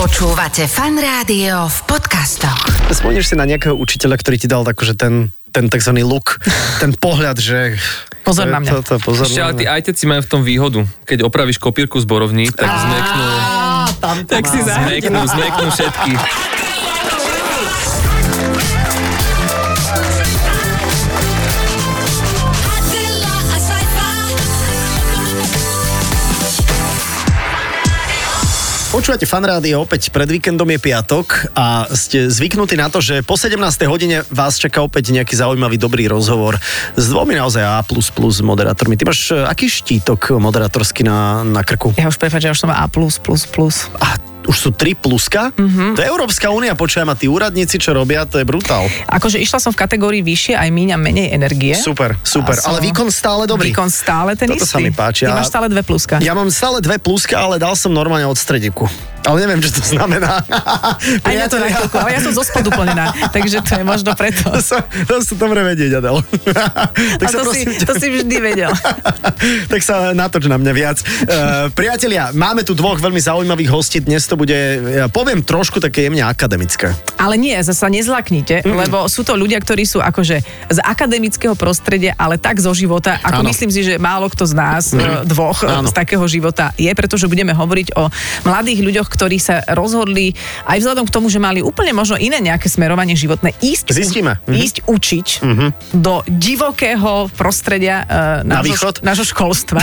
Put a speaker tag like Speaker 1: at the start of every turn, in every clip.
Speaker 1: Počúvate fan rádio v podcastoch.
Speaker 2: Spomínaš si na nejakého učiteľa, ktorý ti dal tak, že ten, ten tzv. look, ten pohľad, že...
Speaker 3: Pozor na mňa.
Speaker 2: To, to, pozor
Speaker 4: Ešte,
Speaker 2: na
Speaker 4: ale tí
Speaker 2: mňa.
Speaker 4: ajteci majú v tom výhodu. Keď opravíš kopírku z borovní, tak zmeknú,
Speaker 3: Tak si
Speaker 4: zmeknú, zmeknú všetky.
Speaker 5: Adela, a saiba.
Speaker 2: Počúvate fan rádio, opäť pred víkendom je piatok a ste zvyknutí na to, že po 17. hodine vás čaká opäť nejaký zaujímavý dobrý rozhovor s dvomi naozaj A++ moderátormi. Ty máš e, aký štítok moderátorsky na, na krku?
Speaker 3: Ja už prepáč, ja už som A++++.
Speaker 2: A už sú tri pluska?
Speaker 3: Mhm.
Speaker 2: Mm-hmm. To je Európska únia, počujem, a tí úradníci, čo robia, to je brutál.
Speaker 3: Akože išla som v kategórii vyššie, aj míňam menej energie.
Speaker 2: Super, super,
Speaker 3: A som-
Speaker 2: ale výkon stále dobrý.
Speaker 3: Výkon stále ten
Speaker 2: Toto
Speaker 3: istý.
Speaker 2: sa mi páči.
Speaker 3: Ty
Speaker 2: A-
Speaker 3: máš stále dve pluska.
Speaker 2: Ja mám stále dve pluska, ale dal som normálne od stredivku. Ale neviem, čo to znamená.
Speaker 3: Aj ja to na
Speaker 2: Priatelia,
Speaker 3: chvíľku, ale ja som zo spodu plnená, takže to je možno preto.
Speaker 2: To sa, to sa dobre vedieť, Adel. tak
Speaker 3: A to, si,
Speaker 2: ťa-
Speaker 3: to si vždy vedel.
Speaker 2: tak sa natoč na mňa viac. Uh, priatelia, máme tu dvoch veľmi zaujímavých hostí. Dnes to bude, ja poviem trošku také jemne akademické.
Speaker 3: Ale nie, zasa nezlaknite, mm. lebo sú to ľudia, ktorí sú akože z akademického prostredia, ale tak zo života, ako
Speaker 2: Áno.
Speaker 3: myslím si, že málo kto z nás mm. dvoch e,
Speaker 2: Áno.
Speaker 3: z takého života je, pretože budeme hovoriť o mladých ľuďoch, ktorí sa rozhodli aj vzhľadom k tomu, že mali úplne možno iné nejaké smerovanie životné, ísť,
Speaker 2: Zistíme. Mhm.
Speaker 3: ísť učiť do divokého prostredia e,
Speaker 2: Na
Speaker 3: nášho-
Speaker 2: východ?
Speaker 3: nášho školstva.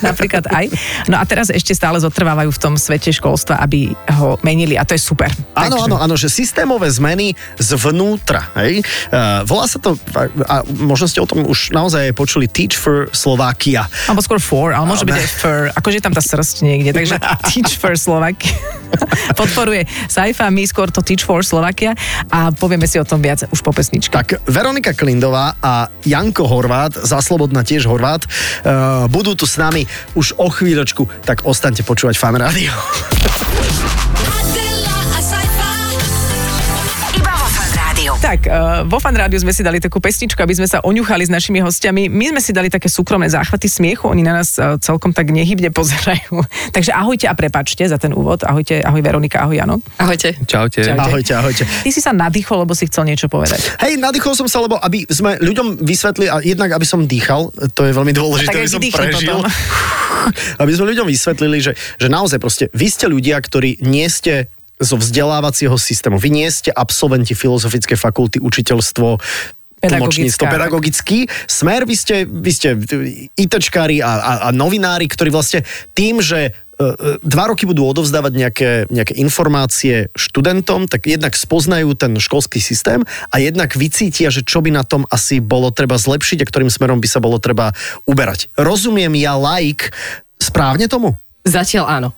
Speaker 3: Napríklad aj. No a teraz ešte stále zotrvávajú v tom svete školstva, aby ho menili a to je super.
Speaker 2: Áno, áno, áno, že systémové zmeny zvnútra. Hej? Uh, volá sa to, a, a možno ste o tom už naozaj aj počuli, Teach for Slovakia.
Speaker 3: Alebo skôr for, ale môže byť aj fur. Akože je tam tá srst niekde, takže Teach for Slovakia. Podporuje Saifa, my skôr to Teach for Slovakia a povieme si o tom viac už po pesničke.
Speaker 2: Tak Veronika Klindová a Janko Horvát, za Slobodna tiež Horvát, uh, budú tu s nami už o chvíľočku, tak ostaňte počúvať fan rádio.
Speaker 5: Adela, a saiba.
Speaker 1: Iba vo fan rádiu.
Speaker 3: Tak, eh, vo Fan Rádiu sme si dali takú pesničku, aby sme sa oňuchali s našimi hostiami. My sme si dali také súkromné záchvaty smiechu, oni na nás eh, celkom tak nehybne pozerajú. Takže ahojte a prepačte za ten úvod. Ahojte, ahoj Veronika, ahoj Jano.
Speaker 6: Ahojte.
Speaker 4: Čaute.
Speaker 3: Čau.
Speaker 2: Ahojte, ahojte.
Speaker 3: Ty si sa nadýchol, lebo si chcel niečo povedať.
Speaker 2: Hej, nadýchol som sa, lebo aby sme ľuďom vysvetli, a jednak aby som dýchal, to je veľmi dôležité,
Speaker 3: Tak aj
Speaker 2: aby som
Speaker 3: vydýchni
Speaker 2: prežil.
Speaker 3: potom.
Speaker 2: aby sme ľuďom vysvetlili, že, že naozaj proste, vy ste ľudia, ktorí nie ste zo vzdelávacieho systému. Vy nie ste absolventi filozofickej fakulty, učiteľstvo, tlmočníctvo,
Speaker 3: Pedagogická.
Speaker 2: pedagogický smer. Vy ste, vy ste ITčkári a, a, a novinári, ktorí vlastne tým, že e, e, dva roky budú odovzdávať nejaké, nejaké informácie študentom, tak jednak spoznajú ten školský systém a jednak vycítia, že čo by na tom asi bolo treba zlepšiť a ktorým smerom by sa bolo treba uberať. Rozumiem ja laik správne tomu?
Speaker 6: Zatiaľ áno.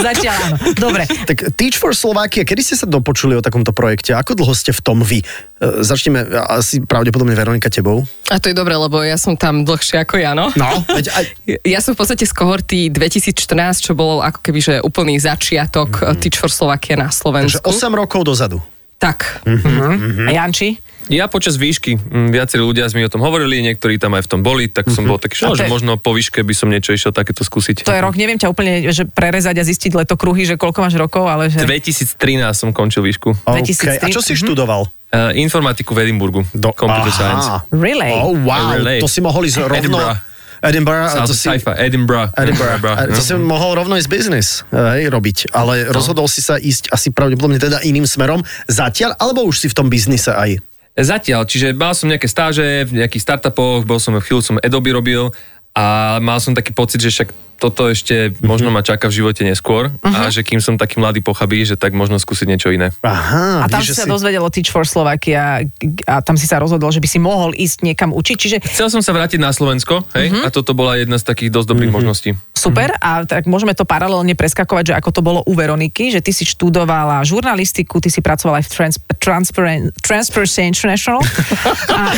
Speaker 3: Zatiaľ áno. Dobre,
Speaker 2: Tak Teach for Slovakia, kedy ste sa dopočuli o takomto projekte? Ako dlho ste v tom vy? E, Začneme asi pravdepodobne Veronika tebou.
Speaker 6: A to je dobré, lebo ja som tam dlhšie ako Jano.
Speaker 2: No, veď aj,
Speaker 6: Ja som v podstate z kohorty 2014, čo bolo ako keby že úplný
Speaker 2: Mhm.
Speaker 6: začiatok mm-hmm. Teach for Slovakia na
Speaker 2: že
Speaker 6: Slovensku.
Speaker 2: 8 rokov dozadu.
Speaker 6: Tak.
Speaker 2: Mhm.
Speaker 3: a Janči?
Speaker 4: Ja počas výšky, mm, viacerí ľudia mi o tom hovorili, niektorí tam aj v tom boli, tak
Speaker 2: Mhm.
Speaker 4: som bol taký, že,
Speaker 3: A to
Speaker 4: že
Speaker 3: je-
Speaker 4: možno po výške by som niečo išiel takéto skúsiť.
Speaker 3: To je rok, neviem ťa úplne že prerezať a zistiť leto kruhy, že koľko máš rokov, ale že...
Speaker 4: 2013 som končil výšku.
Speaker 2: OK.
Speaker 3: 2003.
Speaker 2: A čo si študoval?
Speaker 4: Uh, informatiku v Edimburgu. Do, Computer Science.
Speaker 3: Really?
Speaker 2: Oh, wow,
Speaker 4: Relay.
Speaker 2: to si mohol ísť rovno...
Speaker 4: Edinburgh.
Speaker 2: Edinburgh. a to
Speaker 4: South
Speaker 2: si...
Speaker 4: Saifa, Edinburgh.
Speaker 2: Edinburgh. A
Speaker 4: no.
Speaker 2: To si mohol rovno ísť biznis hej, robiť, ale rozhodol si sa ísť asi pravdepodobne teda iným smerom zatiaľ, alebo už si v tom biznise aj?
Speaker 4: Zatiaľ, čiže mal som nejaké stáže v nejakých startupoch, bol som chvíľu som Adobe robil a mal som taký pocit, že však toto ešte možno ma čaká v živote neskôr a že kým som taký mladý pochabí, že tak možno skúsiť niečo iné.
Speaker 2: Aha,
Speaker 3: A tam si
Speaker 2: víš, že
Speaker 3: sa
Speaker 2: si...
Speaker 3: dozvedel o Teach for Slovakia a tam si sa rozhodol, že by si mohol ísť niekam učiť, čiže
Speaker 4: Chcel som sa vrátiť na Slovensko hej? a toto bola jedna z takých dosť dobrých možností.
Speaker 2: Mhm.
Speaker 3: super a tak môžeme to paralelne preskakovať, že ako to bolo u Veroniky, že ty si študovala žurnalistiku, ty si pracovala aj v Trans- Transparent, Transparency International a,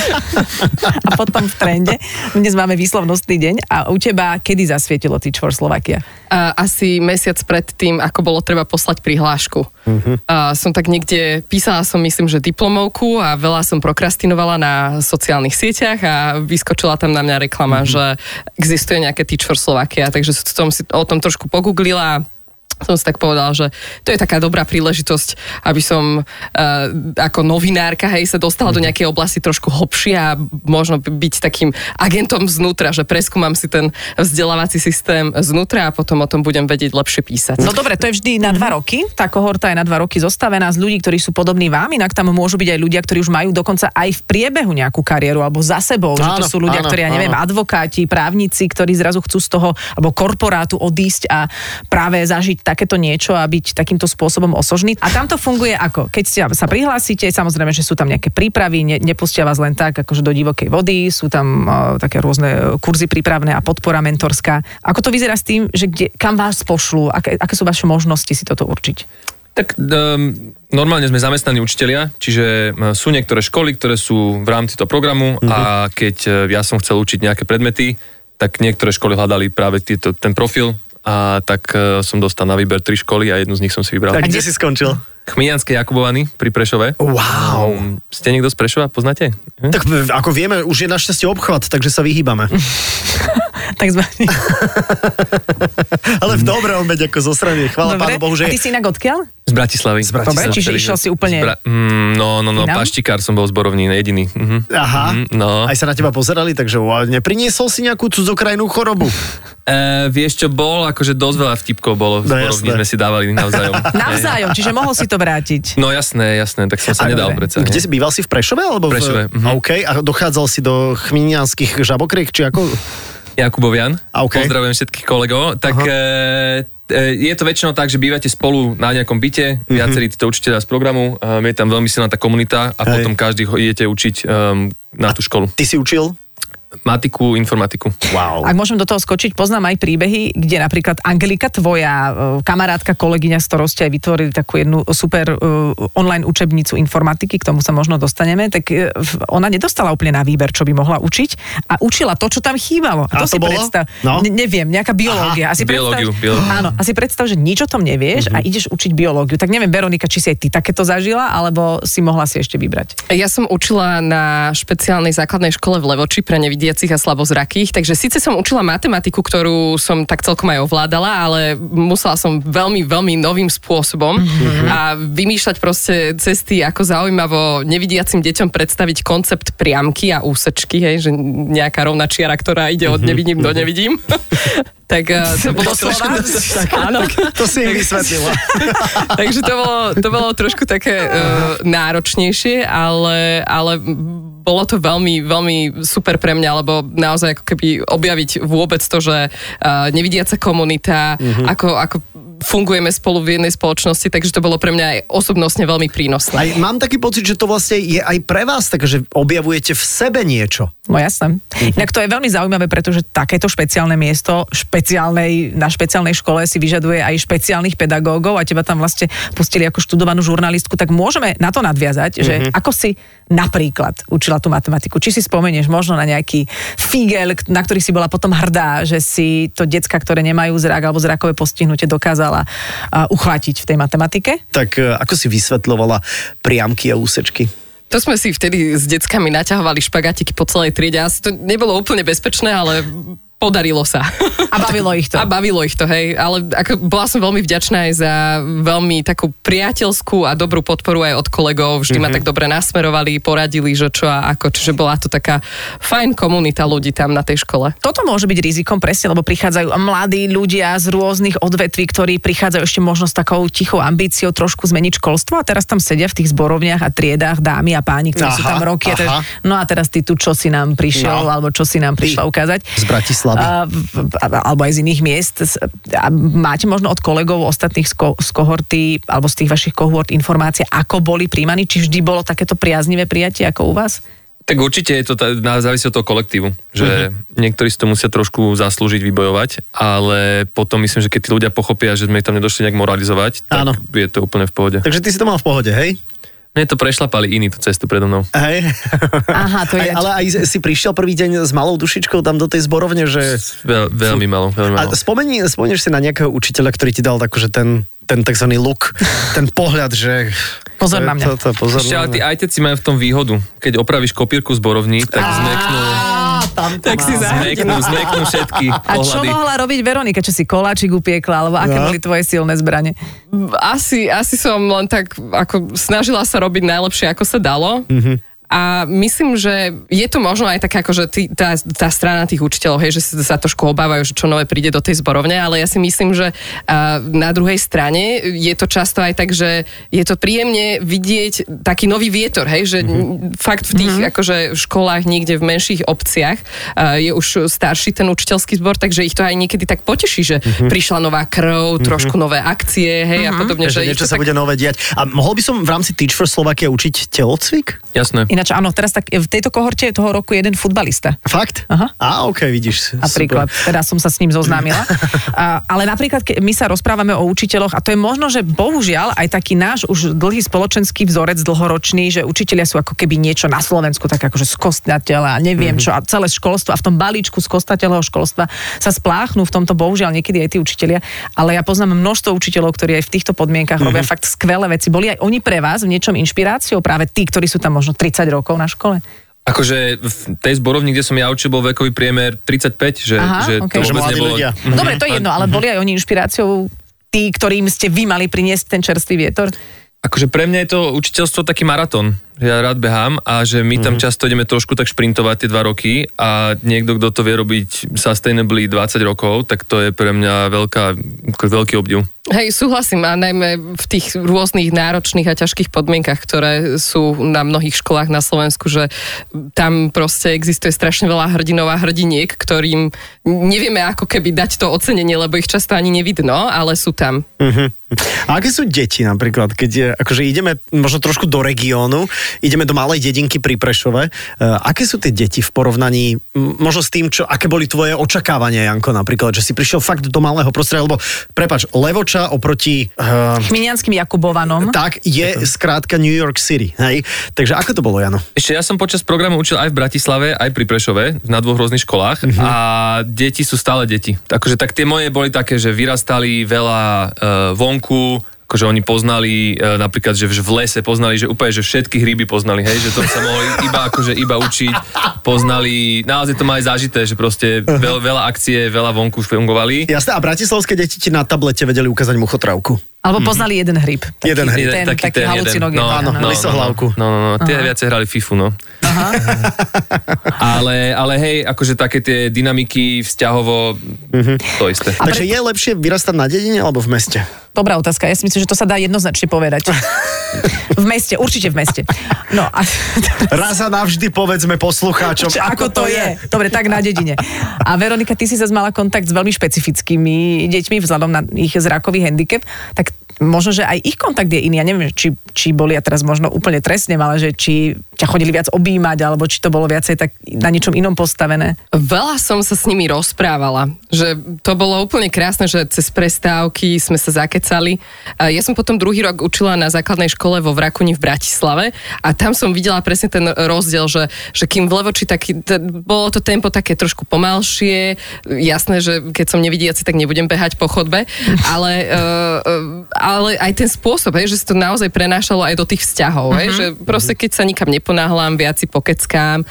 Speaker 3: a potom v trende. Dnes máme výslovnostný deň a u teba kedy zasvietilo Teach for Slovakia?
Speaker 6: A asi mesiac pred tým, ako bolo treba poslať prihlášku.
Speaker 2: Mhm.
Speaker 6: A som tak niekde, písala som myslím, že diplomovku a veľa som prokrastinovala na sociálnych sieťach a vyskočila tam na mňa
Speaker 2: Mhm.
Speaker 6: reklama, že existuje nejaké Teach for Slovakia, takže som si o tom trošku pogooglila som si tak povedal, že to je taká dobrá príležitosť, aby som uh, ako novinárka hej, sa dostala do nejakej oblasti trošku hlbšie a možno by- byť takým agentom znútra, že preskúmam si ten vzdelávací systém znútra a potom o tom budem vedieť lepšie písať.
Speaker 3: No dobre, to je vždy na
Speaker 2: Mhm.
Speaker 3: dva roky. Tá kohorta je na dva roky zostavená z ľudí, ktorí sú podobní vám, inak tam môžu byť aj ľudia, ktorí už majú dokonca aj v priebehu nejakú kariéru alebo za sebou. že to
Speaker 2: Áno,
Speaker 3: sú ľudia,
Speaker 2: áno,
Speaker 3: ktorí, ja neviem,
Speaker 2: áno.
Speaker 3: advokáti, právnici, ktorí zrazu chcú z toho alebo korporátu odísť a práve zažiť takéto niečo a byť takýmto spôsobom osožný. A tam to funguje ako? Keď ste- sa prihlásite, samozrejme, že sú tam nejaké prípravy, ne, nepustia vás len tak akože do divokej vody, sú tam uh, také rôzne eh, kurzy prípravné a podpora mentorská. Ako to vyzerá s tým, že kde, kam vás pošlú, aké, aké sú vaše možnosti si toto určiť?
Speaker 4: Tak um, normálne sme zamestnaní učitelia, čiže m, sú niektoré školy, ktoré sú v rámci toho programu mm-hmm. a
Speaker 2: Mhm.
Speaker 4: keď e, ja som chcel učiť nejaké predmety, tak niektoré školy hľadali práve tieto, ten profil a tak e, som dostal na výber tri školy a jednu z nich som si vybral.
Speaker 2: Tak
Speaker 4: Tak.
Speaker 2: kde si skončil?
Speaker 4: Chmijanské Jakubovany pri Prešove.
Speaker 2: Wow.
Speaker 4: Um, ste niekto z Prešova, poznáte? Hm?
Speaker 2: Tak e, ako vieme, už je našťastie obchvat, takže sa vyhýbame.
Speaker 3: Tak sme...
Speaker 2: Ale v dobrom veď ako zo strany. Chvála
Speaker 3: Dobre.
Speaker 2: pánu Bohu, že
Speaker 3: A ty si inak odkiaľ?
Speaker 4: Z Bratislavy. Z
Speaker 2: Bratislavy.
Speaker 3: Dobre, čiže išiel si úplne
Speaker 4: mm, no, no, no,
Speaker 3: inám?
Speaker 4: paštikár som bol zborovný, jediný. Mhm.
Speaker 2: Aha,
Speaker 4: Mhm, no.
Speaker 2: aj sa na teba pozerali, takže wow, nepriniesol si nejakú cudzokrajnú chorobu.
Speaker 4: E, vieš čo, bol akože dosť veľa vtipkov bolo, v
Speaker 2: No,
Speaker 4: zborovni
Speaker 2: jasné.
Speaker 4: sme si dávali navzájom.
Speaker 3: Navzájom, čiže mohol si to vrátiť.
Speaker 4: No jasné, jasné, tak som sa
Speaker 2: A
Speaker 4: nedal
Speaker 3: dobre.
Speaker 4: predsa.
Speaker 2: Kde
Speaker 4: Kde si...
Speaker 2: si býval si v Prešove? Alebo v
Speaker 4: Prešove, mhm.
Speaker 2: OK, a dochádzal si do chminianských žabokriek, či ako?
Speaker 4: Jakubovian,
Speaker 2: A, ok.
Speaker 4: pozdravujem všetkých kolegov. Tak e, e, je to väčšinou tak, že bývate spolu na nejakom byte,
Speaker 2: Mhm.
Speaker 4: viacerí títo učiteľia z programu, um, je tam veľmi silná tá komunita a
Speaker 2: Hej.
Speaker 4: potom každý ho idete učiť um, na tú školu.
Speaker 2: Ty si učil?
Speaker 4: Matiku, informatiku.
Speaker 2: Wow.
Speaker 3: Ak môžem do toho skočiť, poznám aj príbehy, kde napríklad Angelika, tvoja e, kamarátka, kolegyňa, s ktorou ste aj vytvorili takú jednu super e, online učebnicu informatiky, k tomu sa možno dostaneme, tak e, v- ona nedostala úplne na výber, čo by mohla učiť a učila to, čo tam chýbalo.
Speaker 2: A to
Speaker 3: si
Speaker 2: bolo?
Speaker 3: predstav.
Speaker 2: No.
Speaker 3: Ne- neviem, nejaká biológia. Aha, a si
Speaker 4: Biológiu,
Speaker 3: predstav,
Speaker 4: biológiu.
Speaker 3: Áno, a si predstav, že nič o tom nevieš
Speaker 2: Mhm.
Speaker 3: a ideš učiť biológiu. Tak neviem, Veronika, či si aj ty takéto zažila, alebo si mohla si ešte vybrať.
Speaker 6: Ja som učila na špeciálnej základnej škole v Levoči pre nevidiacich a slabozrakých, takže síce som učila matematiku, ktorú som tak celkom aj ovládala, ale musela som veľmi, veľmi novým spôsobom a vymýšľať proste cesty, ako zaujímavo nevidiacim deťom predstaviť koncept priamky a úsečky, hej, že nejaká rovná čiara, ktorá ide od nevidím do nevidím. tak eh, to bolo slova. Áno.
Speaker 2: To si im vysvetlila.
Speaker 6: Takže to bolo, to bolo trošku také uh, náročnejšie, ale, ale bolo to veľmi, veľmi super pre mňa, lebo naozaj ako keby objaviť vôbec to, že uh, nevidiaca komunita, mm-hmm. ako, ako fungujeme spolu v jednej spoločnosti, takže to bolo pre mňa aj osobnostne veľmi prínosné.
Speaker 2: Aj, mám taký pocit, že to vlastne je aj pre vás také, že objavujete v sebe niečo.
Speaker 3: No jasné. Inak to je veľmi zaujímavé, pretože takéto špeciálne miesto špeciálnej, na špeciálnej škole si vyžaduje aj špeciálnych pedagógov a teba tam vlastne pustili ako študovanú žurnalistku, tak môžeme na to nadviazať, že ako si napríklad učila tú matematiku. Či si spomenieš možno na nejaký figel, k- na ktorý si bola potom hrdá, že si to decka, ktoré nemajú zrak alebo zrakové postihnutie, dokázala uh, uchvátiť v tej matematike?
Speaker 2: Tak e, ako si vysvetľovala priamky a úsečky?
Speaker 6: To sme si vtedy s deckami naťahovali špagatiky po celej triede. Asi to nebolo úplne bezpečné, ale podarilo sa.
Speaker 3: A bavilo ich to.
Speaker 6: A bavilo ich to, hej. Ale ako, bola som veľmi vďačná aj za veľmi takú priateľskú a dobrú podporu aj od kolegov. Vždy mm-hmm. ma tak dobre nasmerovali, poradili, že čo a ako. Čiže bola to taká fajn komunita ľudí tam na tej škole.
Speaker 3: toto môže byť rizikom presne, lebo prichádzajú mladí ľudia z rôznych odvetví, ktorí prichádzajú ešte možno s takou tichou ambíciou trošku zmeniť školstvo a teraz tam sedia v tých zborovniach a triedách dámy a páni, ktorí sú
Speaker 2: Aha,
Speaker 3: tam roky. A teraz,
Speaker 2: aha.
Speaker 3: no a teraz ty tu, čo si nám prišiel,
Speaker 2: No.
Speaker 3: no. alebo čo si nám
Speaker 2: Ty
Speaker 3: prišla ukázať.
Speaker 2: z Bratislavy.
Speaker 3: A, v- v- alebo aj z iných miest. S- A máte možno od kolegov ostatných z, ko- z kohorty, alebo z tých vašich kohort informácie, ako boli príjmaní, či vždy bolo takéto priaznivé prijatie ako u vás?
Speaker 4: Tak určite je to tá, na, závisí od toho kolektívu,
Speaker 2: Mhm.
Speaker 4: že uh-huh. niektorí si to musia trošku zaslúžiť, vybojovať, ale potom myslím, že keď tí ľudia pochopia, že sme ich tam nedošli nejak moralizovať, tak
Speaker 2: Áno.
Speaker 4: je to úplne v pohode.
Speaker 2: Takže ty si to mal v pohode, hej?
Speaker 4: Mne to prešlapali iní tú cestu predo mnou.
Speaker 2: Hej.
Speaker 3: Aha, to
Speaker 2: aj,
Speaker 3: je ináč.
Speaker 2: ale aj si prišiel prvý deň s malou dušičkou tam do tej zborovne, že...
Speaker 4: Veľ, veľmi malo, veľmi
Speaker 2: A
Speaker 3: No.
Speaker 4: malo.
Speaker 2: spomeni, spomenieš si na nejakého učiteľa, ktorý ti dal akože ten, ten tzv. look, ten pohľad, že...
Speaker 3: Pozor na mňa.
Speaker 2: To, to, to, pozor
Speaker 4: Ešte, ale
Speaker 2: na
Speaker 4: tí
Speaker 2: mňa.
Speaker 4: ajteci majú v tom výhodu. Keď opravíš kopírku z borovní, tak zmeknú...
Speaker 3: Á,
Speaker 2: tam to
Speaker 6: Tak
Speaker 2: mám.
Speaker 6: si za-
Speaker 4: Zmeknú, zmeknú všetky
Speaker 3: A čo
Speaker 4: pohľady.
Speaker 3: mohla robiť Veronika? Čo si koláčik upiekla? Alebo aké
Speaker 2: No.
Speaker 3: boli tvoje silné zbranie?
Speaker 6: Asi, asi som len tak ako snažila sa robiť najlepšie, ako sa dalo. Mm-hmm. A myslím, že je to možno aj taká, akože tý, tá, tá strana tých učiteľov, hej, že sa sa trošku obávajú, že čo nové príde do tej zborovne, ale ja si myslím, že a, na druhej strane je to často aj tak, že je to príjemne vidieť taký nový vietor, hej, že mm-hmm. fakt v tých mm-hmm. akože školách niekde v menších obciach a, je už starší ten učiteľský zbor, takže ich to aj niekedy tak poteší, že mm-hmm. prišla nová krv, trošku nové akcie, hej, mm-hmm. a podobne,
Speaker 2: že
Speaker 6: že, ich
Speaker 2: niečo sa
Speaker 6: to tak
Speaker 2: bude nové diať. A mohol by som v rámci Teach for Slovakia učiť telocvik?
Speaker 4: Jasné.
Speaker 3: Ináč áno, teraz tak v tejto kohorte je toho roku jeden futbalista.
Speaker 2: Fakt?
Speaker 3: Aha.
Speaker 2: A ok, vidíš.
Speaker 3: Napríklad, teda som sa s ním zoznámila. A, ale napríklad, keď my sa rozprávame o učiteľoch, a to je možno, že bohužiaľ aj taký náš už dlhý spoločenský vzorec dlhoročný, že učiteľia sú ako keby niečo na Slovensku, tak akože skostnateľa a neviem čo, a celé školstvo a v tom balíčku skostnateľného školstva sa spláchnú v tomto bohužiaľ niekedy aj tí učiteľia, ale ja poznám množstvo učiteľov, ktorí aj v týchto podmienkach robia fakt skvelé veci. Boli aj oni pre vás v niečom inšpiráciou, práve tí, ktorí sú tam možno 30 rokov na škole?
Speaker 4: Akože v tej zborovni, kde som ja učil, bol vekový priemer 35, že,
Speaker 3: Aha,
Speaker 4: že to
Speaker 2: Že
Speaker 3: okej.
Speaker 4: vôbec
Speaker 2: mladí
Speaker 4: nebolo...
Speaker 2: ľudia.
Speaker 4: Mhm.
Speaker 3: Dobre, to je jedno, ale boli aj oni inšpiráciou tí, ktorým ste vy mali priniesť ten čerstvý vietor?
Speaker 4: Akože pre mňa je to učiteľstvo taký maratón. že Ja rád behám a že my tam často ideme trošku tak šprintovať tie dva roky a niekto, kto to vie robiť sustainably 20 rokov, tak to je pre mňa veľká, veľký obdiv.
Speaker 6: Hej, súhlasím a najmä v tých rôznych náročných a ťažkých podmienkach, ktoré sú na mnohých školách na Slovensku, že tam proste existuje strašne veľa hrdinov a hrdiniek, ktorým nevieme ako keby dať to ocenenie, lebo ich často ani nevidno, ale sú tam.
Speaker 2: Mhm. A aké sú deti napríklad, keď je, akože ideme možno trošku do regiónu, ideme do malej dedinky pri Prešove, e, aké sú tie deti v porovnaní m, možno s tým, čo, aké boli tvoje očakávania, Janko, napríklad, že si prišiel fakt do malého prostredia, lebo, prepač, Levoča oproti... Uh,
Speaker 3: Chminianským Jakubovanom.
Speaker 2: tak je skrátka New York City, hej? Takže ako to bolo, Jano?
Speaker 4: Ešte ja som počas programu učil aj v Bratislave, aj pri Prešove, na dvoch rôznych školách a deti sú stále deti. Takže tak tie moje boli také, že vyrastali veľa e, vonku, akože oni poznali e, napríklad, že v v lese poznali, že úplne, že všetky hryby poznali, hej, že to sa mohli iba akože iba učiť, poznali, naozaj to má aj zažité, že proste veľ, veľa akcie, veľa vonku fungovali.
Speaker 2: Jasné, a bratislavské deti ti na tablete vedeli ukázať muchotravku.
Speaker 3: Alebo poznali jeden hryb. Taký,
Speaker 2: Jeden hryb.
Speaker 3: Ten, taký, taký
Speaker 4: jeden.
Speaker 3: halucinogén.
Speaker 4: No,
Speaker 2: áno,
Speaker 4: no, no,
Speaker 2: lisohlavku.
Speaker 4: No, no, no, tie viacej hrali FIFU, no. ale, ale hej, akože také tie dynamiky vzťahovo, to isté.
Speaker 2: Takže je lepšie vyrastať na dedine alebo v meste?
Speaker 3: Dobrá otázka. Ja si myslím, že to sa dá jednoznačne povedať. v meste, určite v meste. No a
Speaker 2: Raz a navždy povedzme poslucháčom,
Speaker 3: čo, ako to je? Dobre, tak na dedine. A Veronika, ty si zase mala kontakt s veľmi špecifickými deťmi vzhľadom na ich zrakový handicap, tak možno, že aj ich kontakt je iný. Ja neviem, či, či boli, ja teraz možno úplne trestne, ale že či ťa chodili viac objímať, alebo či to bolo viacej tak na niečom inom postavené.
Speaker 6: Veľa som sa s nimi rozprávala, že to bolo úplne krásne, že cez prestávky sme sa zakecali. A Ja som potom druhý rok učila na základnej škole vo Vrakuni v Bratislave a tam som videla presne ten rozdiel, že, že kým v Levoči taký, t- bolo to tempo také trošku pomalšie, jasné, že keď som nevidiaci, tak nebudem behať po chodbe, ale, e, e, ale aj ten spôsob, hej, že si to naozaj prenášalo aj do tých vzťahov, hej,
Speaker 3: Mhm.
Speaker 6: že proste keď sa nikam neponáhlam, viac si pokeckám, e,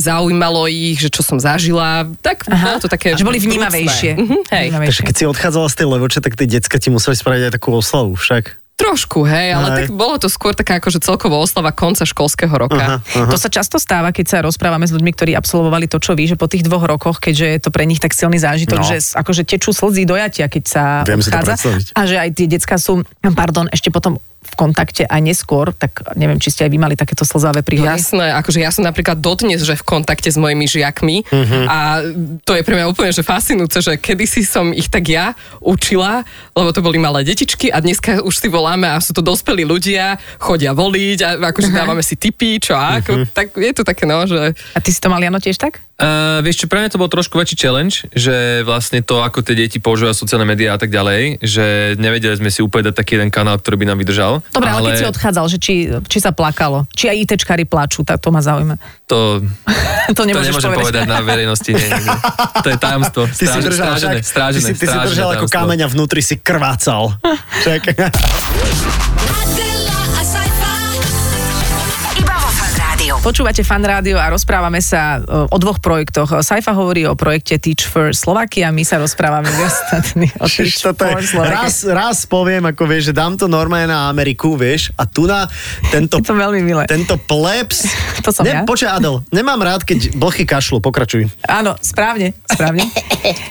Speaker 6: zaujímalo ich, že čo som zažila, tak bolo to také...
Speaker 3: že boli
Speaker 6: vrúcne.
Speaker 3: vnímavejšie.
Speaker 6: Mhm, hej.
Speaker 2: Takže
Speaker 3: Vnímavejšie.
Speaker 2: keď si odchádzala z tej levoče, tak tie decka ti museli spraviť aj takú oslavu však.
Speaker 6: Trošku, hej, ale
Speaker 2: Hej.
Speaker 6: tak bolo to skôr taká akože celkovo oslava konca školského roka.
Speaker 2: Aha.
Speaker 3: To sa často stáva, keď sa rozprávame s ľuďmi, ktorí absolvovali to, čo ví, že po tých dvoch rokoch, keďže je to pre nich tak silný zážitok,
Speaker 2: No.
Speaker 3: že s- akože tečú slzy dojatia, keď sa
Speaker 2: Viem si to
Speaker 3: odchádza.
Speaker 2: predstaviť.
Speaker 3: a že aj tie decka sú, pardon, ešte potom v kontakte aj neskôr, tak neviem, či ste aj vy mali takéto slzavé príhody.
Speaker 6: Jasné, akože ja som napríklad dodnes, že v kontakte s mojimi žiakmi a to je pre mňa úplne že fascinujúce, že kedysi som ich tak ja učila, lebo to boli malé detičky a dneska už si voláme a sú to dospelí ľudia, chodia voliť a akože dávame si tipy, čo a ako, tak je to také no, že
Speaker 3: A ty si to mal, Jano, tiež tak?
Speaker 4: Uh, vieš čo, pre mňa to bol trošku väčší challenge, že vlastne to, ako tie deti používajú sociálne médiá a tak ďalej, že nevedeli sme si úplne dať taký jeden kanál, ktorý by nám vydržal.
Speaker 3: Dobre, ale, ale keď si odchádzal, že či, či sa plakalo, či aj ITčkári plačú, tak to ma zaujíma.
Speaker 4: to,
Speaker 3: To
Speaker 4: to
Speaker 3: nemôžeš
Speaker 4: nemôžem
Speaker 3: povedať.
Speaker 4: povedať. na verejnosti. Nie, nie, nie. To je tajomstvo.
Speaker 2: Ty si držal,
Speaker 4: strážené,
Speaker 2: však?
Speaker 4: strážené,
Speaker 2: ty si, ty si
Speaker 4: strážené
Speaker 2: držal ako
Speaker 4: tajomstvo.
Speaker 2: kameň a vnútri si krvácal. Však.
Speaker 5: Adela, a sci-fi.
Speaker 1: Iba vo Fan Rádiu.
Speaker 3: Počúvate fan rádio a rozprávame sa e, o dvoch projektoch. Saifa hovorí o projekte Teach for Slovakia, my sa rozprávame my ostatní o Teach
Speaker 2: Čiže toto
Speaker 3: for
Speaker 2: je,
Speaker 3: Slovakia.
Speaker 2: raz, raz poviem, ako vieš, že dám to normálne na Ameriku, vieš, a tu na tento,
Speaker 3: Je to veľmi milé.
Speaker 2: tento plebs.
Speaker 3: To som ja.
Speaker 2: Počkaj, Adel, nemám rád, keď blchy kašlu, pokračuj.
Speaker 3: Áno, správne, správne.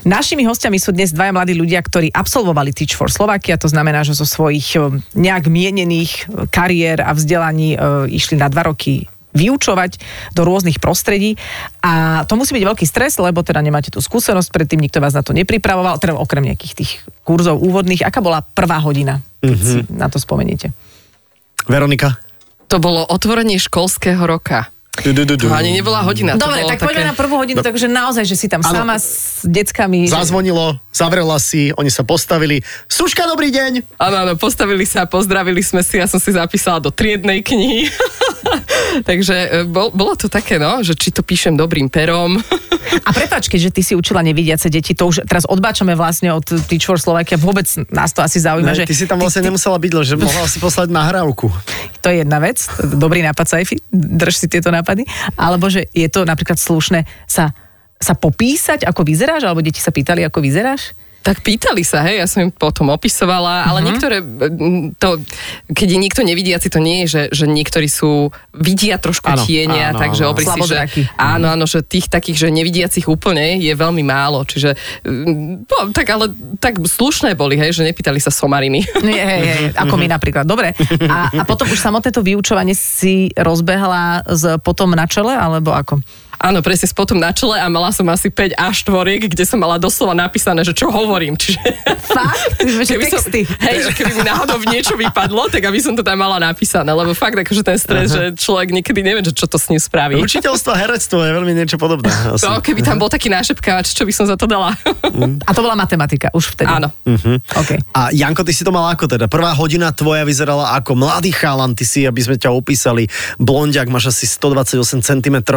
Speaker 3: Našimi hostiami sú dnes dvaja mladí ľudia, ktorí absolvovali Teach for Slovakia, to znamená, že zo svojich eh, nejak mienených eh, kariér a vzdelaní eh, išli na dva roky vyučovať do rôznych prostredí a to musí byť veľký stres, lebo teda nemáte tú skúsenosť, predtým nikto vás na to nepripravoval, teda okrem nejakých tých kurzov úvodných. Aká bola prvá hodina, keď si
Speaker 6: Mhm.
Speaker 3: na to spomeniete?
Speaker 2: Veronika.
Speaker 6: To bolo otvorenie školského roka.
Speaker 2: Du, du, du,
Speaker 6: To ani nebola hodina. to
Speaker 3: Dobre,
Speaker 6: bolo No-
Speaker 3: tak poďme na prvú hodinu, takže naozaj, že si tam
Speaker 2: Áno.
Speaker 3: sama s deckami. že-
Speaker 2: Zazvonilo, zavrela si, oni sa postavili. Suška, dobrý deň!
Speaker 6: Áno, áno, postavili sa, pozdravili sme si, ja som si zapísala do triednej knihy. Takže e, bol, bolo to také, no, že či to píšem dobrým perom.
Speaker 3: A prepáč, keďže ty si učila nevidiace deti, to už teraz odbáčame vlastne od Teach for Slovakia, vôbec nás to asi
Speaker 2: Ne,
Speaker 3: zaujíma, že
Speaker 2: ty si tam vlastne nemusela byť, že mohla si poslať nahrávku.
Speaker 3: to je jedna vec, dobrý nápad Saifi, drž si tieto nápady, alebo že je to napríklad slušné sa, sa popísať, ako vyzeráš, alebo deti sa pýtali, ako vyzeráš?
Speaker 6: Tak pýtali sa, hej, ja som im potom
Speaker 2: Mhm.
Speaker 6: opisovala, ale niektoré, mm, to, keď je niekto nevidiaci, to nie je, že, že niektorí sú, vidia trošku
Speaker 2: Áno,
Speaker 6: áno, tienia,
Speaker 2: áno,
Speaker 6: áno, takže
Speaker 2: áno.
Speaker 6: obri si, že
Speaker 3: Slabozrakí.
Speaker 6: áno, áno, že tých takých, že nevidiacich úplne je veľmi málo, čiže mm, no, tak ale tak slušné boli, hej, že nepýtali sa somariny.
Speaker 3: Nie, No hej, hej, ako my napríklad, dobre. A, a potom už samotné to vyučovanie si rozbehla s potom na čele, alebo ako?
Speaker 6: Áno, presne s potom na čele a mala som asi 5 až štvoriek, kde som mala doslova napísané, že čo hovorím. Čiže...
Speaker 3: Fakt? Ty sme, že
Speaker 6: Keby som,
Speaker 3: texty.
Speaker 6: hej, že keby mi náhodou v niečo vypadlo, tak aby som to tam mala napísané, lebo fakt akože ten stres, že človek niekedy nevie, že čo to s ním spraví.
Speaker 2: Učiteľstvo a herectvo je veľmi niečo podobné. Asi.
Speaker 6: No, keby tam bol taký nášepkáč, čo by som za to dala?
Speaker 3: A to bola matematika už vtedy?
Speaker 6: Áno.
Speaker 2: Mhm.
Speaker 3: Okay.
Speaker 2: A Janko, ty si to mal ako teda? Prvá hodina tvoja vyzerala ako mladý chalan, ty si, aby sme ťa opísali, blondiak, máš asi 128 cm.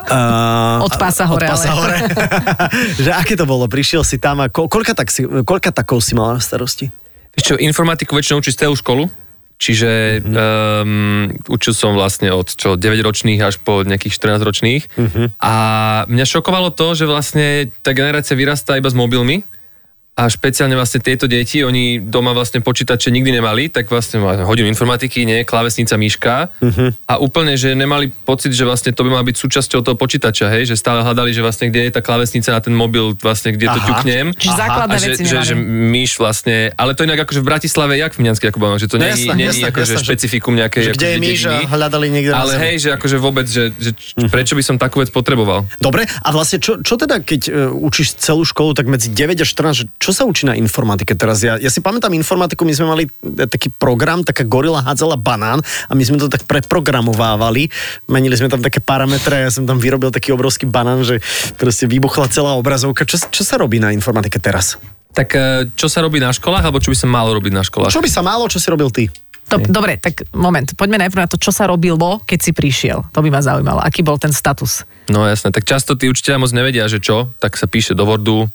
Speaker 2: Uh,
Speaker 3: Od pása hore,
Speaker 2: Od pása
Speaker 3: ale-
Speaker 2: hore. že aké to bolo? Prišiel si tam a ko, koľka, tak si, koľka takov si mala na starosti?
Speaker 4: Vieš čo, informatiku väčšinou učí celú školu, čiže um, učil som vlastne od čo, 9-ročných až po nejakých 14-ročných. A mňa šokovalo to, že vlastne tá generácia vyrastá iba s mobilmi a špeciálne vlastne tieto deti, oni doma vlastne počítače nikdy nemali, tak vlastne mali hodinu informatiky, nie, klávesnica, myška a úplne, že nemali pocit, že vlastne to by malo byť súčasťou toho počítača, hej, že stále hľadali, že vlastne kde je tá klávesnica na ten mobil, vlastne kde to
Speaker 2: Aha.
Speaker 4: ťuknem.
Speaker 3: Čiže základné
Speaker 4: A že,
Speaker 3: veci
Speaker 4: že,
Speaker 3: nemali.
Speaker 4: že myš vlastne, ale to inak akože v Bratislave, jak v Mianskej, ako bolo, že to
Speaker 2: No
Speaker 4: nie je
Speaker 2: jasné, jasné,
Speaker 4: akože
Speaker 2: jasné, že-
Speaker 4: špecifikum nejakej
Speaker 2: že kde je
Speaker 4: akože
Speaker 2: myš a
Speaker 4: dediny.
Speaker 2: hľadali niekde na
Speaker 4: Ale
Speaker 2: zemi. Hm.
Speaker 4: hej, že akože vôbec, že, že č- prečo by som takú vec potreboval?
Speaker 2: Dobre, a vlastne čo, čo teda, keď e, učíš celú školu, tak medzi 9 a 14, že čo sa učí na informatike teraz? Ja, ja si pamätám informatiku, my sme mali e, taký program, taká gorila hádzala banán a my sme to tak preprogramovávali, menili sme tam také parametre a ja som tam vyrobil taký obrovský banán, že proste vybuchla celá obrazovka. Čo, čo sa robí na informatike teraz?
Speaker 4: Tak e, čo sa robí na školách, alebo čo by sa malo robiť na školách?
Speaker 2: Čo by sa málo, čo si robil ty?
Speaker 3: To, dobre, tak moment, poďme najprv na to, čo sa robilo, keď si prišiel. To by ma zaujímalo, aký bol ten status.
Speaker 4: No jasné, tak často tí učiteľia moc nevedia, že čo, tak sa píše do Wordu,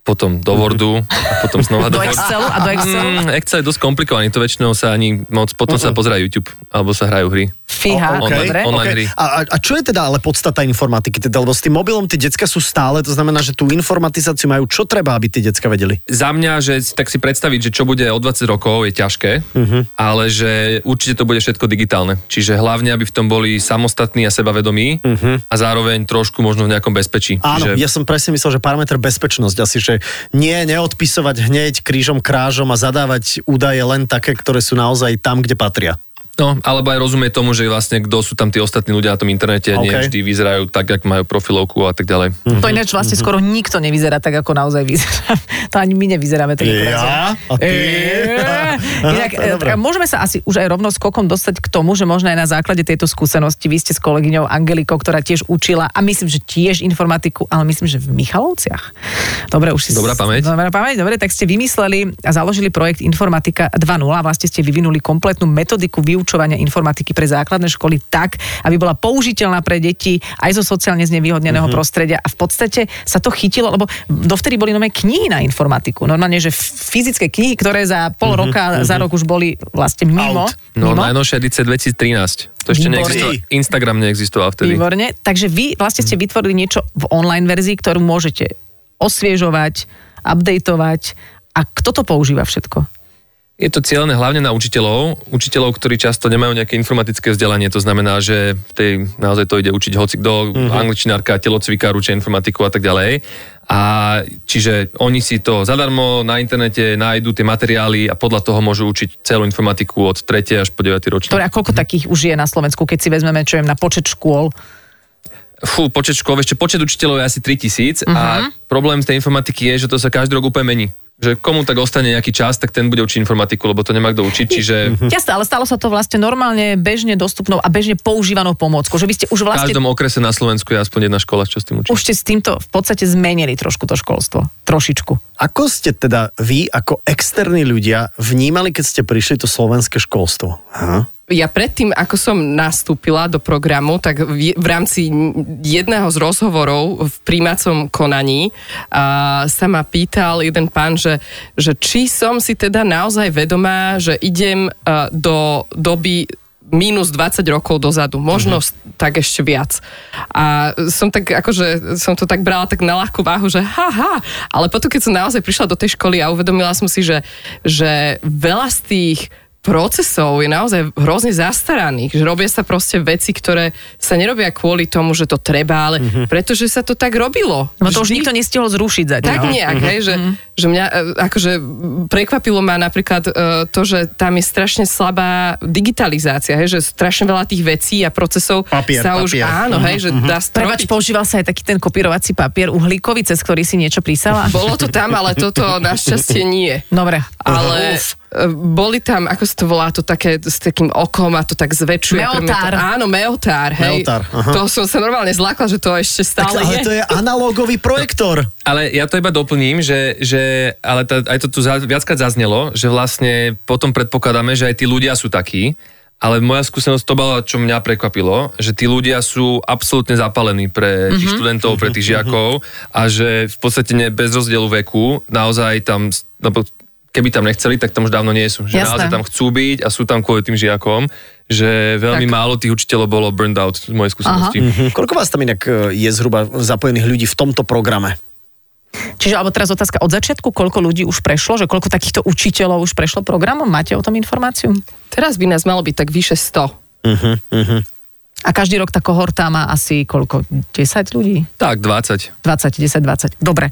Speaker 4: potom
Speaker 2: Mhm.
Speaker 4: do Wordu, a potom znova
Speaker 3: Do
Speaker 4: do, Wordu.
Speaker 3: Excelu a do Excelu?
Speaker 4: Mm, Excel je dosť komplikovaný, to väčšinou sa ani moc, potom
Speaker 2: Mhm.
Speaker 4: sa pozerá YouTube, alebo sa hrajú hry.
Speaker 3: Fíha,
Speaker 4: O-
Speaker 2: OK,
Speaker 4: online-
Speaker 3: dobre.
Speaker 4: online
Speaker 2: OK.
Speaker 4: hry.
Speaker 2: A, a- a čo je teda ale podstata informatiky? Teda, lebo s tým mobilom tie decka sú stále, to znamená, že tú informatizáciu majú čo treba, aby tie decka vedeli?
Speaker 4: za mňa, že si- tak si predstaviť, že čo bude o 20 rokov je ťažké, ale že určite to bude všetko digitálne. Čiže hlavne, aby v tom boli samostatní a sebavedomí a zároveň trošku možno v nejakom bezpečí.
Speaker 2: Áno,
Speaker 4: Čiže-
Speaker 2: ja som presne myslel, že parameter bezpečnosť asi, že nie, neodpisovať hneď krížom, krážom a zadávať údaje len také, ktoré sú naozaj tam, kde patria.
Speaker 4: No, alebo aj rozumie tomu, že vlastne kto sú tam tí ostatní ľudia na tom internete, okay. nie
Speaker 2: OK.
Speaker 4: vždy vyzerajú tak, jak majú profilovku a tak ďalej.
Speaker 3: To ináč vlastne skoro nikto nevyzerá tak, ako naozaj vyzerá. To ani my nevyzeráme tak, ako
Speaker 2: Ja?
Speaker 3: naozaj.
Speaker 2: A ty?
Speaker 3: Eee.
Speaker 2: Aha,
Speaker 3: Inak,
Speaker 2: to je
Speaker 3: e,
Speaker 2: dobré.
Speaker 3: tak môžeme sa asi už aj rovno skokom dostať k tomu, že možno aj na základe tejto skúsenosti vy ste s kolegyňou Angelikou, ktorá tiež učila a myslím, že tiež informatiku, ale myslím, že v Michalovciach. Dobre, už si...
Speaker 4: Dobrá pamäť.
Speaker 3: Dobrá pamäť, dobre, tak ste vymysleli a založili projekt Informatika 2.0 a vlastne ste vyvinuli kompletnú metodiku vyučovania informatiky pre základné školy tak, aby bola použiteľná pre deti aj zo sociálne znevýhodneného mm-hmm. prostredia a v podstate sa to chytilo, lebo dovtedy boli nové knihy na informatiku, normálne, že f- fyzické knihy, ktoré za pol mm-hmm. roka, mm-hmm. za rok už boli vlastne mimo.
Speaker 2: Out.
Speaker 4: No,
Speaker 3: mimo.
Speaker 4: najnovšia edícia 2013. To ešte
Speaker 3: Výborný.
Speaker 4: neexistoval. Instagram neexistoval vtedy.
Speaker 3: Výborne. Takže vy vlastne ste vytvorili niečo v online verzii, ktorú môžete osviežovať, updateovať. A kto to používa všetko?
Speaker 4: Je to cieľené hlavne na učiteľov, učiteľov, ktorí často nemajú nejaké informatické vzdelanie, to znamená, že v tej, naozaj to ide učiť hoci kto, mm-hmm. angličinárka, telocvikár, učia informatiku a tak ďalej. A čiže oni si to zadarmo na internete nájdú tie materiály a podľa toho môžu učiť celú informatiku od 3. až po 9. ročník.
Speaker 3: Ktoré, a
Speaker 6: Mhm.
Speaker 3: koľko takých už je na Slovensku, keď si vezmeme, čo je na počet škôl?
Speaker 4: Fú, počet škôl, ešte počet učiteľov je asi 3000 uh-huh. a problém z tej informatiky je, že to sa každý rok úplne mení. Že komu tak ostane nejaký čas, tak ten bude učiť informatiku, lebo to nemá kto učiť, čiže
Speaker 6: Mhm.
Speaker 3: Jasné, ale stalo sa to vlastne normálne bežne dostupnou a bežne používanou pomôckou, že vy ste už
Speaker 4: v
Speaker 3: vlastne
Speaker 4: každom okrese na Slovensku je aspoň jedna škola, čo s tým učí.
Speaker 3: už ste s týmto v podstate zmenili trošku to školstvo. Trošičku.
Speaker 2: Ako ste teda vy, ako externí ľudia, vnímali, keď ste prišli to slovenské školstvo? Aha.
Speaker 6: Ja predtým, ako som nastúpila do programu, tak v, v rámci jedného z rozhovorov v príjmacom konaní a, sa ma pýtal jeden pán, že, že či som si teda naozaj vedomá, že idem a, do doby minus 20 rokov dozadu, možno mm-hmm. tak ešte viac. A som tak, akože, som to tak brala tak na ľahkú váhu, že haha, ale potom keď som naozaj prišla do tej školy a uvedomila som si, že, že veľa z tých procesov je naozaj hrozne zastaraných, že robia sa proste veci, ktoré sa nerobia kvôli tomu, že to treba, ale mm-hmm. pretože sa to tak robilo.
Speaker 3: No to už
Speaker 6: Vždy.
Speaker 3: nikto nestihol zrušiť zatiaľ.
Speaker 2: Mhm.
Speaker 6: Tak nejak, hej, že, že mňa e, akože prekvapilo ma napríklad e, to, že tam je strašne slabá digitalizácia, hej, že strašne veľa tých vecí a procesov
Speaker 2: Papier,
Speaker 6: sa už,
Speaker 2: papier. Mhm.
Speaker 6: áno, hej, že dá
Speaker 3: Prepač,
Speaker 6: stropiť.
Speaker 3: používal sa aj taký ten kopírovací papier uhlíkový, cez ktorý si niečo písala?
Speaker 6: Bolo to tam, ale toto našťastie nie.
Speaker 3: Dobre.
Speaker 6: Ale
Speaker 2: Uf.
Speaker 6: e, boli tam, ako sa to volá, to také s takým okom a to tak zväčšuje. Pre mňa
Speaker 3: Meotár.
Speaker 6: To, áno, meotár, hej.
Speaker 2: Meotár, aha.
Speaker 6: To som sa normálne zlákla, že to ešte
Speaker 2: Tak,
Speaker 6: stále
Speaker 2: ale
Speaker 6: je.
Speaker 2: to je analógový projektor.
Speaker 4: Ale ja to iba doplním, že, že ale tá, aj to tu za, viackrát zaznelo, že vlastne potom predpokladáme, že aj tí ľudia sú takí, ale moja skúsenosť to bola, čo mňa prekvapilo, že tí ľudia sú absolútne zapálení pre tých mm-hmm. študentov, pre tých žiakov a že v podstate ne, bez rozdielu veku naozaj tam, lebo keby tam nechceli, tak tam už dávno nie sú. Že
Speaker 3: Jasné.
Speaker 4: naozaj tam chcú byť a sú tam kvôli tým žiakom, že veľmi
Speaker 6: Tak.
Speaker 4: tak. málo tých učiteľov bolo burned out z mojej skúsenosti. Aha.
Speaker 2: Hm. Koľko vás tam inak e, je zhruba zapojených ľudí v tomto programe?
Speaker 3: Čiže, alebo teraz otázka od začiatku, koľko ľudí už prešlo, že koľko takýchto učiteľov už prešlo programom? Máte o tom informáciu?
Speaker 6: Teraz by nás malo byť tak vyše 100.
Speaker 3: A každý rok tá kohorta má asi koľko? 10 ľudí?
Speaker 4: Tak,
Speaker 3: 20,
Speaker 4: 20.
Speaker 3: 10, 20. Dobre.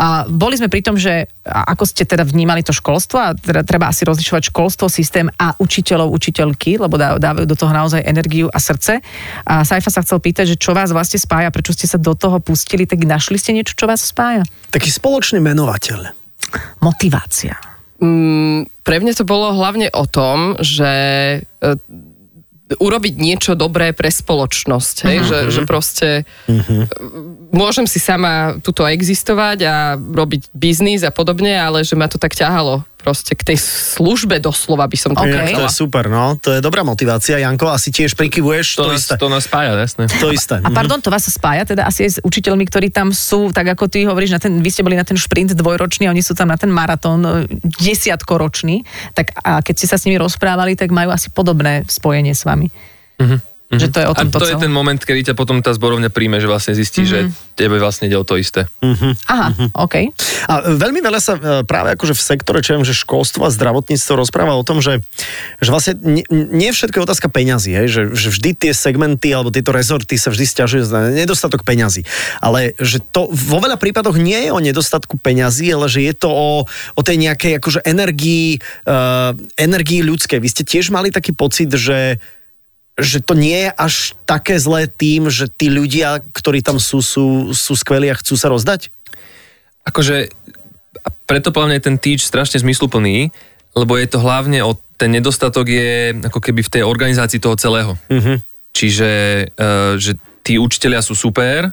Speaker 3: A boli sme pri tom, že a ako ste teda vnímali to školstvo a teda treba asi rozlišovať školstvo, systém a učiteľov, učiteľky, lebo dá- dávajú do toho naozaj energiu a srdce. A Saifa sa chcel pýtať, že čo vás vlastne spája, prečo ste sa do toho pustili, tak našli ste niečo, čo vás spája?
Speaker 2: Taký spoločný menovateľ.
Speaker 3: Motivácia.
Speaker 6: Mm, pre mňa to bolo hlavne o tom, že e, urobiť niečo dobré pre spoločnosť.
Speaker 3: Mhm.
Speaker 6: Hej? Že, že proste e, môžem si sama tuto existovať a robiť biznis a podobne, ale že ma to tak ťahalo proste k tej službe doslova by som to
Speaker 3: Ok.
Speaker 2: Inak To je super, no. To je dobrá motivácia. Janko, asi tiež prikyvuješ to,
Speaker 4: To, to, nás,
Speaker 2: isté.
Speaker 4: to nás spája, jasné.
Speaker 2: To isté.
Speaker 4: Mhm.
Speaker 2: Mhm.
Speaker 3: A pardon, to vás spája teda asi aj s učiteľmi, ktorí tam sú, tak ako ty hovoríš, na ten, vy ste boli na ten šprint dvojročný a oni sú tam na ten maratón e, desiatkoročný, tak a keď ste sa s nimi rozprávali, tak majú asi podobné spojenie s vami. Že to je o
Speaker 4: Mhm. A
Speaker 3: tom
Speaker 4: to je
Speaker 3: celé.
Speaker 4: ten moment, kedy ťa potom tá zborovňa príjme, že vlastne zistí, mm-hmm. že tebe vlastne ide o to isté.
Speaker 3: Aha,
Speaker 4: Mhm.
Speaker 3: OK.
Speaker 2: A veľmi veľa sa e, práve akože v sektore, čo ja viem, že školstvo a zdravotníctvo rozpráva o tom, že, že vlastne nie, nie všetko je otázka peňazí, hej, že, že vždy tie segmenty alebo tieto rezorty sa vždy stiažujú na nedostatok peňazí. Ale že to vo veľa prípadoch nie je o nedostatku peňazí, ale že je to o, o tej nejakej akože energii, uh, energii ľudskej. Vy ste tiež mali taký pocit, že že to nie je až také zlé tým, že tí ľudia, ktorí tam sú, sú, sú skvelí a chcú sa rozdať?
Speaker 4: Akože a preto podľa mňa je ten teach strašne zmysluplný, lebo je to hlavne o ten nedostatok je ako keby v tej organizácii toho celého. Mm-hmm. Čiže uh, že tí učitelia sú super,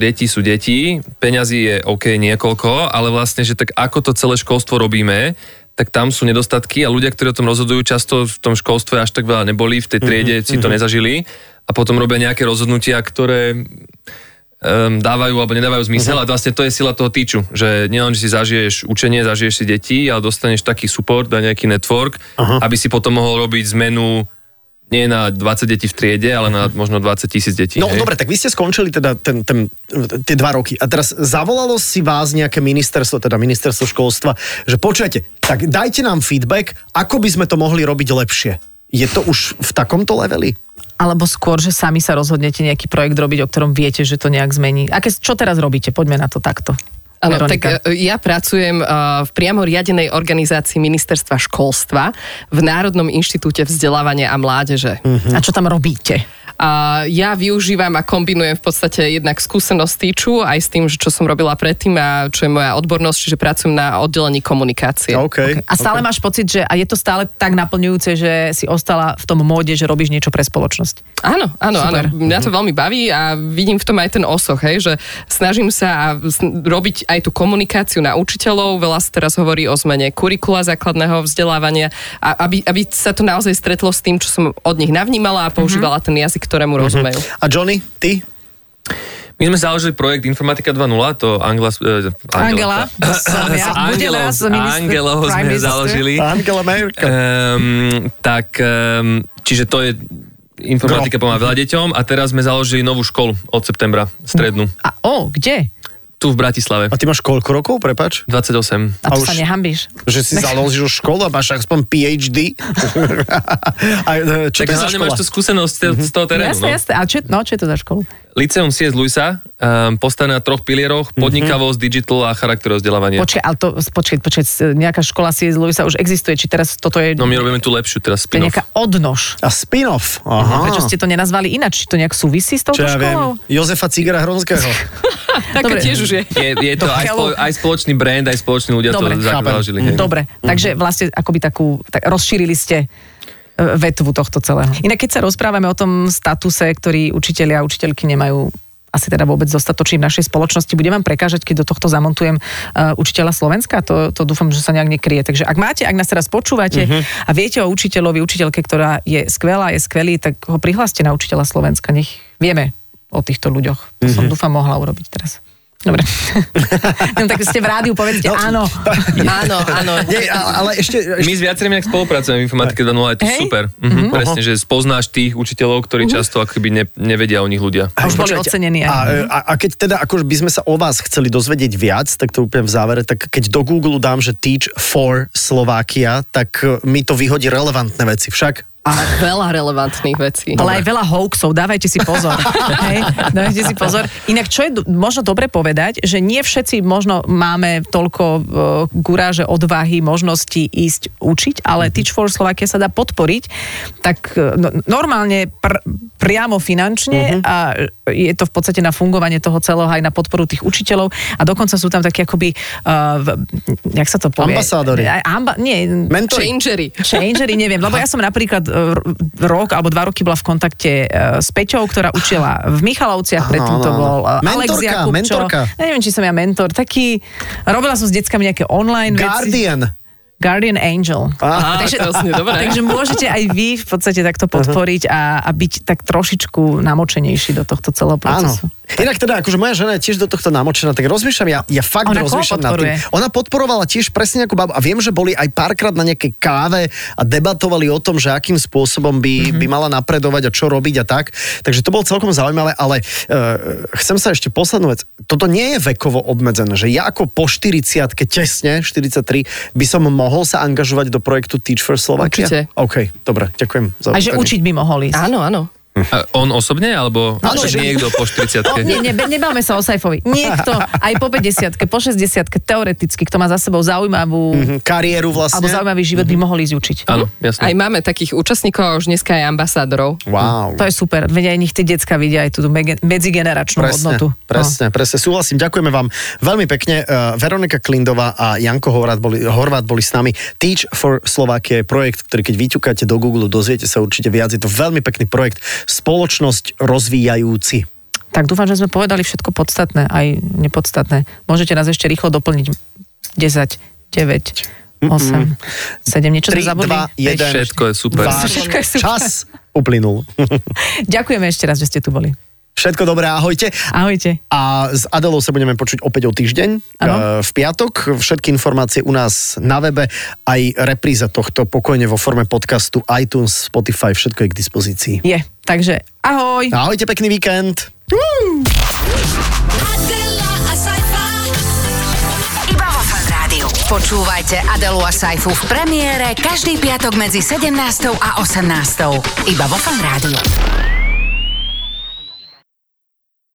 Speaker 4: deti sú deti, peňazí je OK niekoľko, ale vlastne, že tak ako to celé školstvo robíme, tak tam sú nedostatky a ľudia, ktorí o tom rozhodujú, často v tom školstve až tak veľa neboli, v tej
Speaker 2: Mhm,
Speaker 4: triede si to nezažili a potom robia nejaké rozhodnutia, ktoré um, dávajú alebo nedávajú zmysel
Speaker 2: Mhm.
Speaker 4: uh-huh. a vlastne to je sila toho týču, že nielen, že si zažiješ učenie, zažiješ si deti, ale dostaneš taký support a nejaký network, uh-huh. aby si potom mohol robiť zmenu nie na 20 detí v triede, ale na možno 20 tisíc detí.
Speaker 2: Mhm. No
Speaker 4: hej.
Speaker 2: dobre, tak vy ste skončili teda ten, ten, tie dva roky a teraz zavolalo si vás nejaké ministerstvo, teda ministerstvo školstva, že počujete, tak dajte nám feedback, ako by sme to mohli robiť lepšie. Je to už v takomto leveli?
Speaker 3: Alebo skôr, že sami sa rozhodnete nejaký projekt robiť, o ktorom viete, že to nejak zmení. Aké, čo teraz robíte? Poďme na to takto.
Speaker 6: Áno,
Speaker 3: Veronika.
Speaker 6: tak e, ja pracujem e, v priamo riadenej organizácii ministerstva školstva v Národnom inštitúte vzdelávania a mládeže.
Speaker 3: A
Speaker 4: Mhm.
Speaker 3: čo tam robíte?
Speaker 6: A ja využívam a kombinujem v podstate jednak skúsenosť týču aj s tým, že čo som robila predtým a čo je moja odbornosť, čiže pracujem na oddelení komunikácie.
Speaker 2: OK.
Speaker 3: A stále okay. máš pocit, že a je to stále tak naplňujúce, že si ostala v tom móde, že robíš niečo pre spoločnosť.
Speaker 6: Áno, áno,
Speaker 3: Super.
Speaker 6: áno. Mňa to veľmi baví a vidím v tom aj ten osoch, hej, že snažím sa a sn- robiť aj tú komunikáciu na učiteľov. Veľa sa teraz hovorí o zmene kurikula základného vzdelávania, a aby, aby sa to naozaj stretlo s tým, čo som od nich navnímala a používala ten jazyk, ktorému rozumejú.
Speaker 2: A Johnny, ty?
Speaker 4: My sme založili projekt Informatika 2.0, to Angela... eh,
Speaker 3: Angela,
Speaker 4: S Angelou, s Angelou sme založili.
Speaker 2: Angela Merkel.
Speaker 4: Um, tak, um, čiže to je informatika
Speaker 2: No.
Speaker 4: pomáha veľa deťom a teraz sme založili novú školu od septembra, strednú,
Speaker 3: A o, kde?
Speaker 4: tu v Bratislave.
Speaker 2: A ty máš koľko rokov, prepač?
Speaker 4: 28.
Speaker 3: A
Speaker 2: A
Speaker 3: to
Speaker 2: už-
Speaker 3: sa nehambíš.
Speaker 2: Že si založil školu a máš aspoň PhD? a, e, čo to
Speaker 4: Tak
Speaker 2: je za škola? Mhm.
Speaker 4: hlavne máš tú skúsenosť z- z toho terénu.
Speaker 3: Jasné,
Speaker 4: no.
Speaker 3: jasné. A čo, no, čo je to za školu?
Speaker 4: Liceum C.S. Luisa um, postavené na troch pilieroch, podnikavosť,
Speaker 2: Mhm.
Speaker 4: digital a charakter vzdelávania.
Speaker 3: Počkaj, ale to, počkaj, počkaj, nejaká škola si sa už existuje, či teraz toto je,
Speaker 4: No my robíme tú lepšiu teraz
Speaker 3: to je
Speaker 4: spin
Speaker 3: nejaká odnož.
Speaker 2: A spin-off. Aha.
Speaker 3: Prečo ste to nenazvali ináč? Či to nejak súvisí s touto
Speaker 2: Čo ja viem,
Speaker 3: školou?
Speaker 2: Jozefa Cigara Hronského.
Speaker 6: Taká
Speaker 3: Dobre.
Speaker 6: tiež už je.
Speaker 4: Je, je to aj, spolo, aj spoločný brand, aj spoloční ľudia
Speaker 3: Dobre.
Speaker 4: to zak-
Speaker 2: Chápem.
Speaker 4: založili. hej.
Speaker 3: Dobre, takže vlastne akoby takú, tak rozšírili ste e, vetvu tohto celého. Inak keď sa rozprávame o tom statuse, ktorý učitelia a učiteľky nemajú asi teda vôbec dostatočný v našej spoločnosti. Bude vám prekážať, keď do tohto zamontujem uh, učiteľa Slovenska? To, to dúfam, že sa nejak nekrie. Takže ak máte, ak nás teraz počúvate
Speaker 4: Mhm.
Speaker 3: a viete o učiteľovi, učiteľke, ktorá je skvelá, je skvelý, tak ho prihláste na učiteľa Slovenska. Nech vieme o týchto ľuďoch. To
Speaker 4: Mhm.
Speaker 3: som dúfam mohla urobiť teraz. Dobre. no, tak ste v rádiu, povedzte
Speaker 2: No,
Speaker 3: áno.
Speaker 6: Áno, áno.
Speaker 2: Nie, a- ale ešte...
Speaker 4: My s viacerými nejak spolupracujeme v Informatike 2.0, je to
Speaker 3: Hej.
Speaker 4: super. Mhm, presne, že spoznáš tých učiteľov, ktorí často akoby ne, nevedia o nich ľudia.
Speaker 3: A už boli
Speaker 2: Počkajte,
Speaker 3: ocenení aj.
Speaker 2: A, a, a keď teda akože by sme sa o vás chceli dozvedieť viac, tak to úplne v závere, tak keď do Google dám, že Teach for Slovakia, tak e, mi to vyhodí relevantné veci. Však
Speaker 6: A veľa relevantných vecí.
Speaker 3: Ale aj veľa hoaxov, dávajte si pozor. Hej, dávajte si pozor. Inak, čo je do- možno dobre povedať, že nie všetci možno máme toľko uh, guráže, odvahy, možnosti ísť učiť,
Speaker 2: Mhm.
Speaker 3: ale Teach for Slovakia sa dá podporiť, tak eh, no, normálne pr- priamo
Speaker 2: Mhm.
Speaker 3: finančne a je to v podstate na fungovanie toho celého aj na podporu tých učiteľov a dokonca sú tam takí akoby, uh, jak sa to povie?
Speaker 2: Ambasádori.
Speaker 3: Aj Amba- nie,
Speaker 2: mentori.
Speaker 6: Changery.
Speaker 3: Changery, neviem, lebo ja som napríklad e, r- rok alebo dva roky bola v kontakte e, s Peťou, ktorá učila v Michalovciach, predtým
Speaker 2: áno,
Speaker 3: to
Speaker 2: áno.
Speaker 3: bol e, Alex
Speaker 2: Mentorka,
Speaker 3: Jakubčo.
Speaker 2: mentorka.
Speaker 3: Ja neviem, či som ja mentor, taký, robila som s deckami nejaké online veci.
Speaker 2: Guardian.
Speaker 3: Guardian Angel.
Speaker 6: Á,
Speaker 3: takže,
Speaker 6: krásne, dobré.
Speaker 3: takže môžete aj vy v podstate takto podporiť a, a byť tak trošičku namočenejší do tohto celého
Speaker 2: Áno.
Speaker 3: procesu.
Speaker 2: Inak teda, akože moja žena je tiež do tohto namočená, tak rozmýšľam, ja, ja fakt
Speaker 3: Ona koho
Speaker 2: rozmýšľam nad tým.
Speaker 3: podporuje?
Speaker 2: Ona podporovala tiež presne nejakú babu a viem, že boli aj párkrát na nejakej káve a debatovali o tom, že akým spôsobom by,
Speaker 3: Mhm.
Speaker 2: mm-hmm. by mala napredovať a čo robiť a tak. Takže to bolo celkom zaujímavé, ale uh, chcem sa ešte poslednú vec. Toto nie je vekovo obmedzené, že ja ako po 40 tesne, 43, by som mohol sa angažovať do projektu Teach for Slovakia?
Speaker 6: Určite.
Speaker 2: OK, dobre, ďakujem. Za
Speaker 3: A
Speaker 2: upozornenie.
Speaker 3: že učiť by mohol ísť.
Speaker 6: Áno, áno.
Speaker 4: A on osobne, alebo
Speaker 2: Áno,
Speaker 4: že
Speaker 2: že-
Speaker 4: niekto po 40
Speaker 3: No, nie, ne, nebáme sa o Saifovi. Niekto aj po 50 po 60 teoreticky, kto má za sebou zaujímavú
Speaker 2: Mhm, Kariéru vlastne.
Speaker 3: alebo zaujímavý život by mohol ísť učiť.
Speaker 4: Áno,
Speaker 6: Aj
Speaker 4: jasné.
Speaker 6: máme takých účastníkov a už dneska aj ambasádorov.
Speaker 2: Wow.
Speaker 3: To je super, veď aj nich tie decka vidia aj tú mege- medzigeneračnú hodnotu. No,
Speaker 2: Presne, presne. Súhlasím, ďakujeme vám veľmi pekne. Uh, Veronika Klindová a Janko Horvát boli, Horvát boli s nami. Teach for Slovakia je projekt, ktorý keď vyťukáte do Google, dozviete sa určite viac. Je to veľmi pekný projekt. Spoločnosť rozvíjajúci.
Speaker 3: No. Tak dúfam, že sme povedali všetko podstatné, aj nepodstatné. Môžete nás ešte rýchlo doplniť. 10, 9, 8, 7, niečo sme
Speaker 2: 3,
Speaker 3: zabudli?
Speaker 2: 2, 1.
Speaker 4: Všetko je super.
Speaker 2: Váš
Speaker 3: Všetko je super.
Speaker 2: čas uplynul.
Speaker 3: Ďakujeme ešte raz, že ste tu boli.
Speaker 2: Všetko dobré, ahojte.
Speaker 3: Ahojte.
Speaker 2: A s Adelou sa budeme počuť opäť o týždeň,
Speaker 3: Áno.
Speaker 2: e, v piatok. Všetky informácie u nás na webe, aj repríza tohto pokojne vo forme podcastu iTunes, Spotify, všetko je k dispozícii.
Speaker 3: Je. Takže ahoj.
Speaker 2: Ahojte, pekný víkend.
Speaker 5: Adela, a sci-fi.
Speaker 1: Iba vo Fan Rádiu. Počúvajte Adelu a Saifu v premiére každý piatok medzi 17. a 18. Iba vo Fan Rádiu.